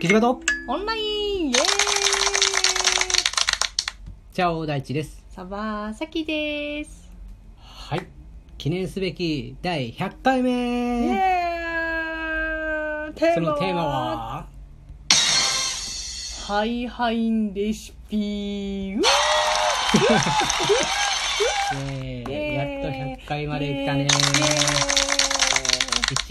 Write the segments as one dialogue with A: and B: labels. A: キジバト
B: オンラインイエーイ
A: チャオ大地です。
B: サバーサキです
A: はい。記念すべき第100回
B: イ
A: 目
B: エーイテ
A: そのテーマは、
B: ハイハインレシピうわ
A: え
B: イエ
A: ー、
B: ーイ
A: やっと100回まで来たね
B: イエーイ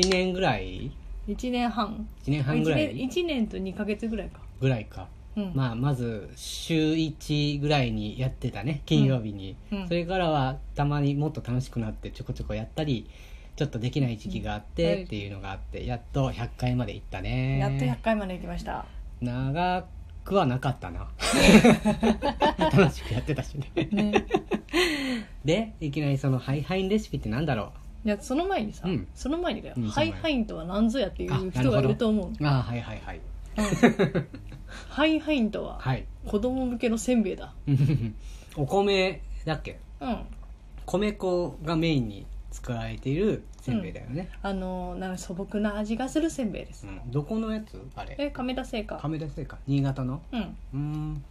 A: 1年ぐらい
B: イエーイ一年半
A: 1年半ぐら
B: 一年
A: い
B: 一年と二ヶ月ぐらいか
A: ぐらいか。
B: うん、
A: まあ、まず、週1ぐらいにやってたね。金曜日に。
B: うんうん
A: それからは、たまにもっと楽しくなって、ちょこちょこやったり、ちょっとできない時期があっ
B: うんは
A: て、
B: い
A: っていうのがあって、やっと100回まで行ったね。
B: やっと100回まで行き ました
A: 長くはなかった な楽しくやってたしね
B: ね
A: でいきなりそのハイハイレシピってなんだろ
B: いやその前にさ、
A: うん
B: その前にだよ、
A: うんそ
B: ハ
A: の前
B: イハインとは何ぞやってい
A: あなるほ
B: う
A: ど
B: 人がいると思う
A: うああはいはいはい
B: ハイハインとは
A: はい
B: 子供向けのせんべいだ
A: お米だっけ
B: うん
A: 米粉がメインに使われているせんべいだよね、
B: あのなんか素朴な味がするせんべいです
A: う、んどこのやつあれ
B: え亀田製菓
A: 亀田製菓新潟の
B: うん
A: うん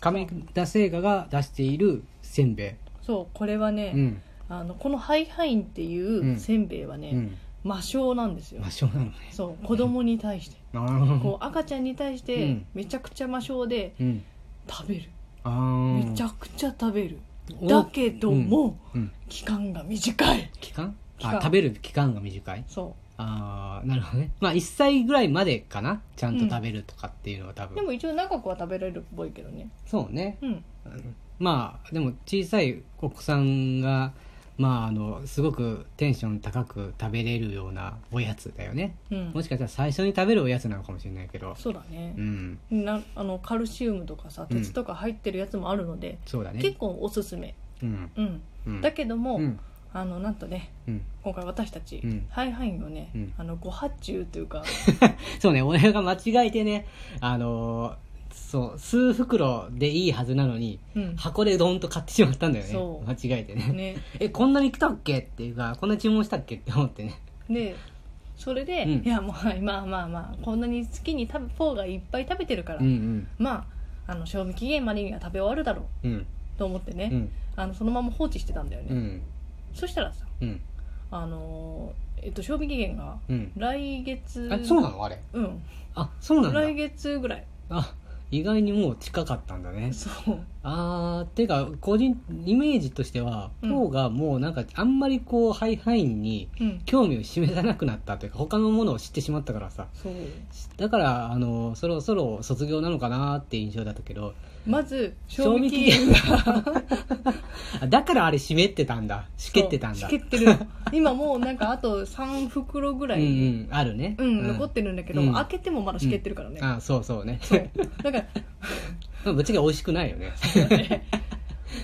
A: 亀田製菓が出しているせんべ
B: そうこれはね
A: い、、うん
B: あのこのハイハインっていううんせんべいはね、
A: うん、
B: 魔性なんですよ
A: 魔性なのね
B: そう子供に対して
A: あー
B: こう赤ちゃんに対し
A: う
B: て
A: ん
B: めちゃくちゃ魔性で
A: うん
B: 食べる
A: あ
B: めち
A: ー
B: ゃくちゃ食べる
A: お
B: だけど
A: うん
B: も
A: うん
B: 期間が短い
A: 期間
B: 期
A: あ
B: 間
A: 食べる期間が短い
B: そ
A: ああなるほどねまあ1歳ぐらいまでかなちゃんと食べるとかっていうのは多
B: う
A: 分、
B: でも一応長くは食べられるっぽいけどね
A: そうね
B: うん
A: まあでも小さいお子さんがまああのすごくテンション高く食べれるようなおやつだよね
B: うん
A: もしかしたら最初に食べるおやつなのかもしれないけど
B: そうだね
A: う、ん
B: なあのカルシウムとかさ鉄とか入ってるやつもあるので、
A: そうだね
B: 結構おすすめ
A: うん
B: うん
A: うん
B: だけども、
A: うん
B: あのなんとね
A: うん、
B: 今回私たち、
A: うん
B: ハイハインをね、
A: うん
B: あのご発注というか
A: そうね俺が間違えてねあのーそう数袋でいいはずなのに
B: うん
A: 箱でドンと買ってしまったんだよね
B: そう
A: 間違えてね
B: ね
A: えこんなに来たっけっていうかこんな注文したっけって思ってね
B: でそれで、
A: うん
B: いやもうはいまあまあまあこんなに好きに食べフォーがいっぱい食べてるから、
A: うん
B: まああの賞味期限までには食べ終わるだろう
A: うんうん
B: と思ってね、
A: うん
B: あのそのまま放置してたんだよね、
A: うん
B: そしたらさ
A: うん
B: あのーえっと賞味期限が
A: うん
B: 来月
A: えそうなのあれ
B: うん
A: あそうなんだ
B: 来月ぐらい
A: あ意外にもう近かったんだね
B: そう
A: あーてか個人イメージとしては
B: うん
A: 今日がもうなんかあんまりこうハイハインに
B: うん
A: 興味を示さなくなったというか他のものを知ってしまったからさ
B: そう
A: だからあのそろそろ卒業なのかなって印象だったけど
B: まず賞
A: 賞
B: 味
A: 味
B: 期
A: 期
B: 限
A: 限
B: が
A: あだからあれ湿ってたんだしけってたん
B: そ
A: だ
B: うしけってる の今もうなんかあと3袋ぐら
A: うんう
B: い、
A: んあるね
B: うん残ってるんだけど、
A: うん
B: 開けてもまだしけってるからね、
A: あそうそうね
B: そうなんか
A: まあぶっちゃけ美味しくないよね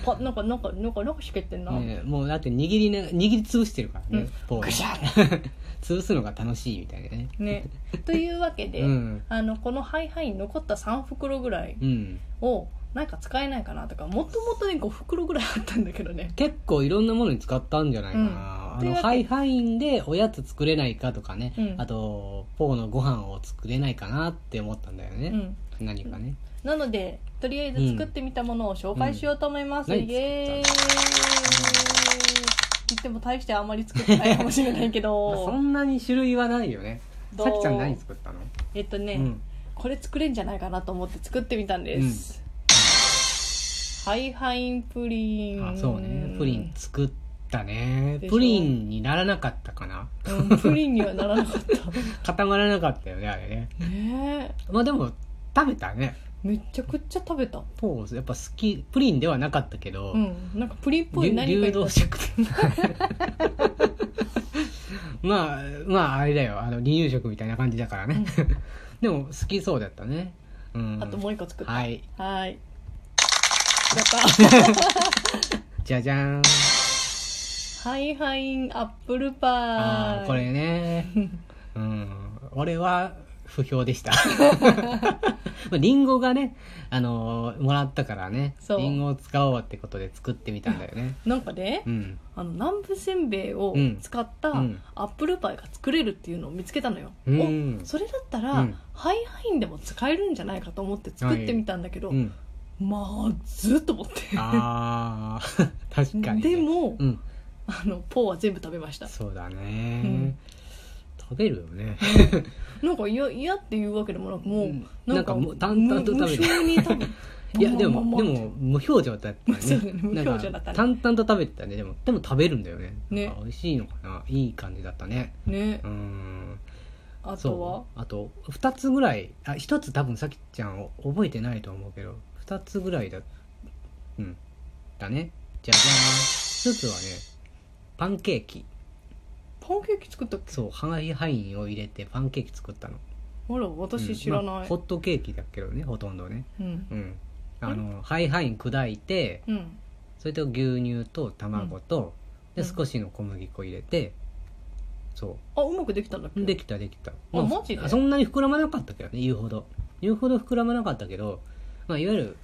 B: パなんかなんかなんかなんかしけってんな、
A: ねもうだって握りな握り潰してるから
B: うん
A: ね、ポ
B: ぐしゃ
A: 潰すのが楽しいみたいなね
B: ねというわけで、
A: うん
B: あのこのハイハイに残った3袋ぐらい
A: うん
B: をなんか使えないかなとかもともとね5袋ぐらいあったんだけどね
A: 結構いろんなものに使ったんじゃないかな、
B: うん
A: あの
B: というわ
A: ハ
B: け
A: イハインでおやつ作れないかとかね、
B: うん
A: あとポーのご飯を作れないかなって思ったんだよ
B: う
A: ね、
B: ん
A: 何かね
B: なのでとりあえず作ってみたものを紹介しようと思います、
A: うん
B: イエー
A: 何
B: イっ
A: 作
B: て言っても大してあんまり作ってないかもしれない け
A: まあそ
B: ど
A: んなに種類はないよね
B: どう
A: さきちゃん何作ったの、
B: えっとね、
A: うん
B: これ作れんじゃないかなと思って作ってみたんです、ハイハインプリン
A: あそうねプリン作ったね
B: でしょ
A: プリンにならなかったかな
B: うんプリンにはならなかった
A: 固 まらなかったよねあれね
B: ねえ
A: まあでも食べたね
B: めちゃくちゃ食べた
A: ポーやっぱ好きプリンではなかったけど、
B: うんなんかプリンっぽ
A: りゅ
B: い何か
A: 流
B: いっぱい
A: 動食 まあまああれだよあの離乳食みたいな感じだからね、 でも好きそうだったねうん
B: あともう一個作った
A: はい
B: はーいや った
A: じゃじゃーん
B: ハイハインアップルパ
A: あ
B: イ
A: ーこ れねうん俺は不評でしたまあリンゴがね、あのーもらったからね
B: そう
A: リンゴを使おうってことで作ってみたんだよ ね
B: なんかね、
A: うん
B: あの南部せんべいを
A: うん
B: 使った
A: うん
B: アップルパイが作れるっていうのを見つけたのよ、
A: うん
B: おそれだったら、
A: うん
B: ハイハインでも使えるんじゃないかと思って作ってみたんだけど、
A: うん
B: まあずっと思って
A: あー 確かにね、
B: でも、
A: うん
B: あのポーは全部食べました
A: そうだね、
B: ん
A: 食べるよ ね
B: なんか嫌嫌っていうわけでもなくもう、
A: うん
B: なんか
A: なんかもう淡々と食べて
B: 無無性に食べ
A: いやで
B: まあま
A: も
B: あ
A: で
B: まあ
A: も無表情だった
B: そう
A: ね
B: だね無
A: なん
B: 表
A: か
B: 情だったね
A: 淡々と食べてたねでもでも食べるんだよね
B: ね
A: なんか美味しいのかないい感じだったね
B: ね
A: うーん
B: あ
A: そう
B: とは
A: あと2つぐらいあ1つ多分さきちゃん覚えてないと思うけど2つぐらいだうんだねじゃじゃーん1つはねパンケーキ
B: パンケーキ作ったっけ
A: そうハイハインを入れてパンケーキ作ったの
B: あら私知ら
A: うんま
B: な
A: あ
B: い
A: ホットケーキだけどねほとんどね
B: うん
A: うんあのハイハイン砕いて
B: うん
A: それと牛乳と卵と、
B: うん
A: で
B: うん
A: 少しの小麦粉入れて、そ
B: あうまくできたんだっけ
A: うできたできた
B: マジで
A: そんなに膨らまなかったけどね言うほど言うほど膨らまなかったけど、まあ、いわゆる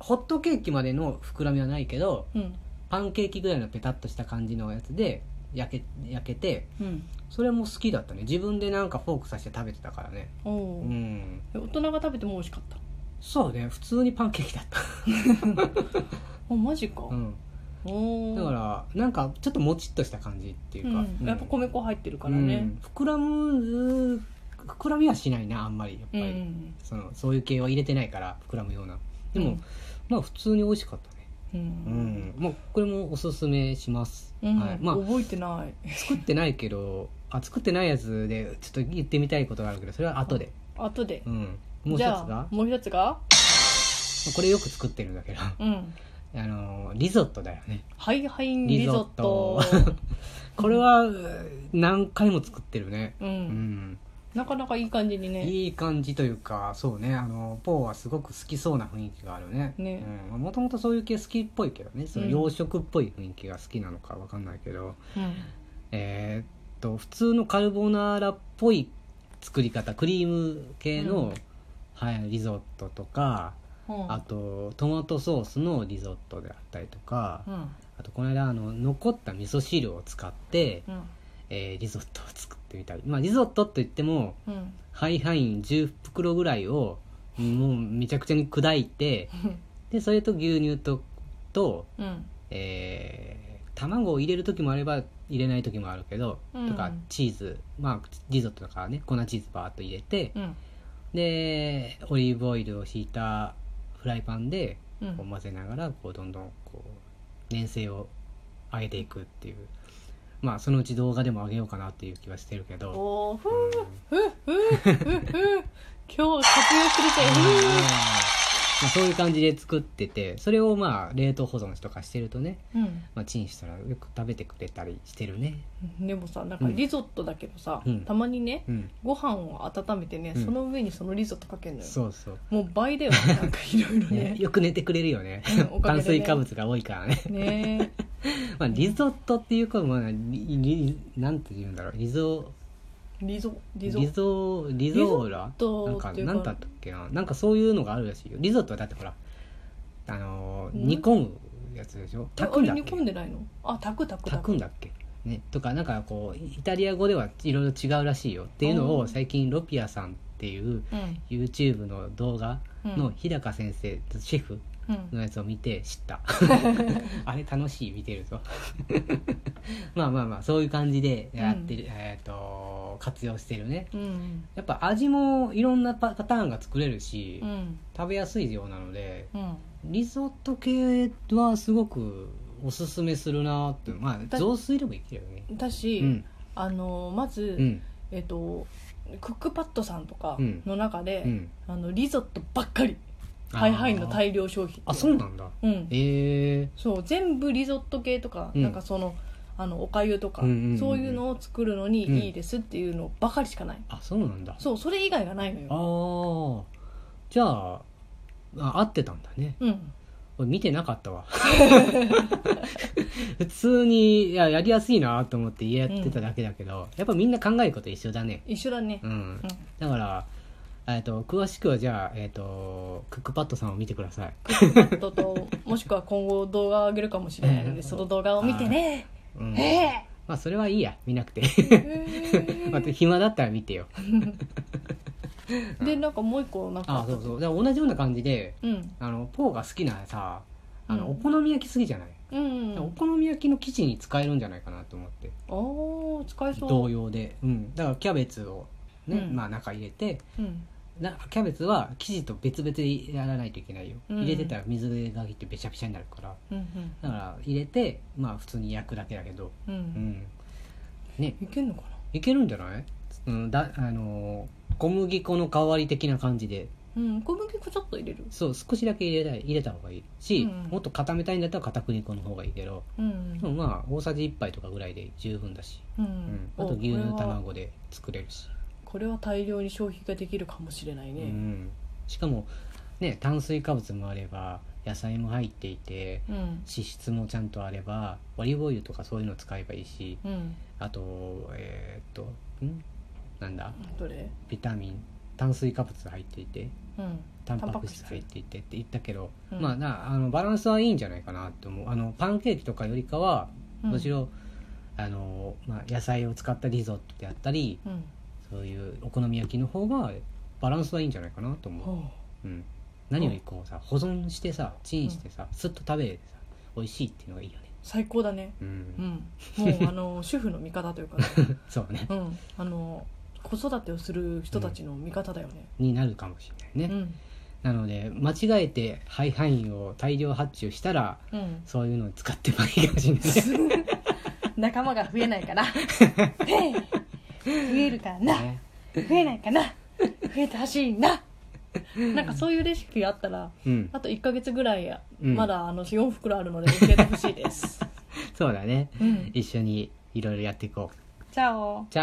A: ホットケーキまでの膨らみはないけど
B: うん
A: パンケーキぐらいのペタッとした感じのやつで焼け焼けて
B: うん
A: それも好きだったね自分でなんかフォークさして食べてたからね
B: お
A: う
B: お、
A: ん
B: え大人が食べても美味しかった
A: そうね普通にパンケーキだった、
B: あマジか、
A: うん、
B: おお
A: だからなんかちょっともちっとした感じっていうか、うん
B: やっぱ米粉入ってるからね、
A: うん膨らむ膨らみはしないなあんまりやっぱ
B: うん
A: り、そのそういう系は入れてないから膨らむようなでも、まあ普通に美味しかったね
B: うん、う
A: うんん、まあ、これもおすすめします、
B: うん
A: はい、ま
B: 覚えてない
A: あ作ってないけどあ作ってないやつでちょっと言ってみたいことがあるけどそれは後で、
B: 後で
A: うん、もう一つ
B: じゃ
A: が
B: あ
A: ま
B: もう一つが
A: あこれよく作ってるんだけどあ
B: うん
A: のリゾットだよね
B: ハイハインリゾット
A: リゾッこれはうん何回も作ってるね
B: う、
A: うんん
B: なかなかいい感じにね
A: いい感じというかそうねあのポーはすごく好きそうな雰囲気があるね
B: ね
A: うん、もともとそういう系好きっぽいけどねその
B: うん
A: 洋食っぽい雰囲気が好きなのかわかんないけど、
B: うん
A: えーっと普通のカルボナーラっぽい作り方クリーム系の、
B: うん
A: はい、リゾットとか、
B: うん
A: あとトマトソースのリゾットであったりとか、
B: うん
A: あとこの間あの残った味噌汁を使って、
B: うん
A: えーリゾットを作ってみたりまあリゾットといっても
B: うん
A: ハイハイン10袋ぐらいをもうめちゃくちゃに砕いてでそれと牛乳とと、
B: うん
A: えー卵を入れる時もあれば入れない時もあるけど、
B: うん
A: とかチーズまあリゾットだからね粉チーズバーっと入れて、
B: うん
A: でオリーブオイルをひいたフライパンで
B: う
A: こうん混ぜながらこうどんどんこう粘性を上げていくっていうまあそのうち動画でも上げようかなっていう気はしてるけど。
B: おおふうふうふうふうふう今日活用するぜ
A: まあ、そういう感じで作っててそれをまあ冷凍保存とかしてるとね、
B: ふううん
A: まあ、チンしたらよく食べてくれたりしてるね
B: でもさなんかリゾットだけどさ、
A: うん
B: たまにね
A: うん
B: ご飯を温めてね、
A: うん
B: その上にそのリゾットかけるのよ
A: そうそう、
B: もう 倍だよねなんかいろいろ
A: ね
B: ね
A: よく寝てくれるよね
B: うんおか
A: 炭
B: げでね
A: 水化物が多いからね、
B: ね
A: まあ、リゾットっていうかまあリリなんて言うんだろうリゾ
B: リゾリ
A: リ
B: ゾ
A: ゾリゾーラ
B: ゾ
A: なん
B: ット
A: か
B: っていうか
A: なんだったっけななんかそういうのがあるらしいよリゾットはだってほらあのー
B: うん
A: 煮込むやつでしょ
B: え
A: 炊く
B: あ
A: ん
B: れ
A: だっ
B: 煮
A: け
B: 込んでないのあ炊く炊く
A: 炊くんだっけねとかなんかこうイタリア語ではいろいろ違うらしいよっていうの
B: う
A: を
B: ん
A: 最近ロピアさんっていう
B: うん
A: YouTube の動画
B: う
A: の
B: ん
A: 日高先生、シェフ
B: うん
A: のやつを見て知った あれ楽しい見てるぞ まあまあまあそういう感じでやってる、えっ、と活用してるね
B: うん
A: やっぱ味もいろんなパパターンが作れるし、
B: うん
A: 食べやすいようなので
B: うん
A: リゾット系はすごくおすすめするなってまあ
B: だ
A: 雑炊でもいけるよね
B: だし、
A: うん
B: あのまず、
A: うん
B: えっとクックパッドさんとか
A: うん
B: の中で、
A: うん
B: あのリゾットばっかり
A: あー
B: ハイハイの大量消費
A: あそうなんだ
B: うん
A: ええ
B: そう全部リゾット系とか、
A: うん
B: なんかそのあのおかゆとか、
A: うんうんうんうん
B: そういうのを作るのにいいですっていうのばかりしかない、
A: あそうなんだ
B: そうそれ以外がないの
A: あ
B: よ
A: ーじゃああ合ってたんだね
B: うん
A: 俺見てなかった わ普通にいややりやすいなと思って家やってただけだけど、やっぱみんな考えること一緒だね
B: 一緒だね
A: うんだからえっと、詳しくはじゃあ、えっ、と、クックパッドさんを見てください。
B: とともしくは今後動画を上げるかもしれないのでその動画を見てね
A: うん。
B: え
A: まあ、それはいいや。見なくて。
B: え
A: また暇だったら見てよ。
B: でなんかもう一個なんか
A: あ、そうそう。だから同じような感じで、
B: うん
A: あの、ポーが好きなさ、あの、
B: うん
A: お好み焼きすぎじゃない、
B: うん
A: お好み焼きの生地に使えるんじゃないかなと思って。
B: おー使えそう
A: 同様で。うん。だから、キャベツをね、
B: うん
A: まあ、中入れて、
B: うん
A: なキャベツは生地と別々でやらないといけないよ、
B: うん
A: 入れてたら水が切ってべちゃべちゃになるから
B: うん
A: だから入れてまあ普通に焼くだけだけど
B: うんう
A: うんんね
B: いけんのか
A: いけるんじゃない、うんだあのー小麦粉の代わり的な感じで
B: なうん小麦粉ちょっと入れる
A: そう少しだけ入れたい入れた方がいいし、
B: うん
A: もっと固めたいんだったら片栗粉の方がいいけど、
B: うん
A: でもまあ大さじ1杯とかぐらいで十分だし、
B: う
A: うん
B: ん、
A: あと
B: お
A: 牛乳
B: これは
A: 卵で作れるし、
B: これは大量に消費ができるかもしれないうね
A: ん、しかもね炭水化物もあれば野菜も入っていて
B: うん
A: 脂質もちゃんとあればオリーブオイルとかそういうの使えばいいし
B: うん
A: あとえーっとんなんだ
B: どれ
A: ビタミン炭水化物入っていて
B: うん
A: タンパ
B: タンパ
A: ク
B: ク
A: 質
B: 質
A: 入っていてって言ったけど、
B: うん
A: まあなあのバランスはいいんじゃないかなって思うあのパンケーキとかよりかは
B: うん
A: むしろ、あのまあ、野菜を使ったリゾットであったり
B: うん
A: そういうお好み焼きの方がバランスはいいんじゃないかなと思う。
B: ほ
A: うん、何よりこうさ保存してさチンしてさスッと食べれてさ美味しいっていうのがいいよね
B: う最高だね
A: う、
B: うんんもうあ の主婦の味方というかね
A: そうね
B: うんあの子育てをする人たちの味方だよね
A: になるかもしれないうね、
B: ん
A: なので間違えてハイハインを大量発注したら
B: うん
A: そういうのを使ってもいいかもしれないね
B: 仲間が増えない かなへい増えるかな
A: ね
B: 増えないかな増えてほしいななんかそういうレシピあったら
A: うん
B: あと1か月ぐらいや、
A: うん
B: まだあの4袋あるので教えてほしいです、
A: そうだね
B: うん、
A: 一緒にいろいろやっていこう
B: チャオ
A: じゃあ